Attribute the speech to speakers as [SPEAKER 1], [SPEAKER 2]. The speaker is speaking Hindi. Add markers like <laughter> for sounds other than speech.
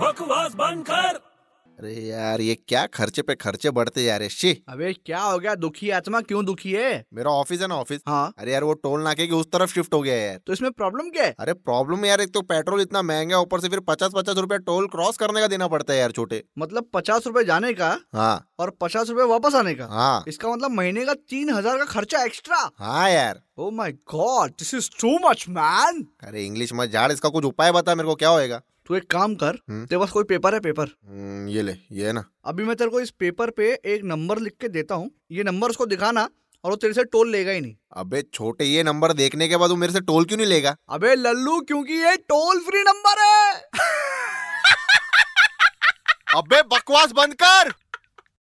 [SPEAKER 1] बकवास बंद कर
[SPEAKER 2] अरे यार ये क्या खर्चे पे खर्चे बढ़ते जा रहे शी
[SPEAKER 3] अबे क्या हो गया दुखी आत्मा क्यों दुखी है
[SPEAKER 2] मेरा ऑफिस है ना ऑफिस
[SPEAKER 3] हाँ
[SPEAKER 2] अरे यार वो टोल नाके के उस तरफ शिफ्ट हो गया है यार
[SPEAKER 3] तो इसमें प्रॉब्लम क्या है
[SPEAKER 2] अरे प्रॉब्लम यार एक तो पेट्रोल इतना महंगा है, ऊपर से फिर पचास पचास रुपया टोल क्रॉस करने का देना पड़ता है यार छोटे
[SPEAKER 3] मतलब पचास रूपए जाने का
[SPEAKER 2] हाँ
[SPEAKER 3] और पचास रूपए वापस आने का
[SPEAKER 2] हाँ
[SPEAKER 3] इसका मतलब महीने का तीन हजार का खर्चा Oh एक्स्ट्रा
[SPEAKER 2] हाँ यार
[SPEAKER 3] oh my god this is too much man
[SPEAKER 2] अरे इंग्लिश मत झाड़ इसका कुछ उपाय बता मेरे को क्या होएगा
[SPEAKER 3] तू एक काम कर
[SPEAKER 2] हम्म।
[SPEAKER 3] तेरे पास कोई पेपर है पेपर
[SPEAKER 2] हम्म, ये ले ये है ना
[SPEAKER 3] अभी मैं तेरे को इस पेपर पे एक नंबर लिख के देता हूँ ये नंबर उसको दिखाना और वो तेरे से टोल लेगा ही नहीं
[SPEAKER 2] अबे छोटे ये नंबर देखने के बाद वो मेरे से टोल क्यों नहीं लेगा
[SPEAKER 3] अबे लल्लू क्योंकि ये टोल फ्री नंबर है <laughs>
[SPEAKER 2] अबे बकवास बंद कर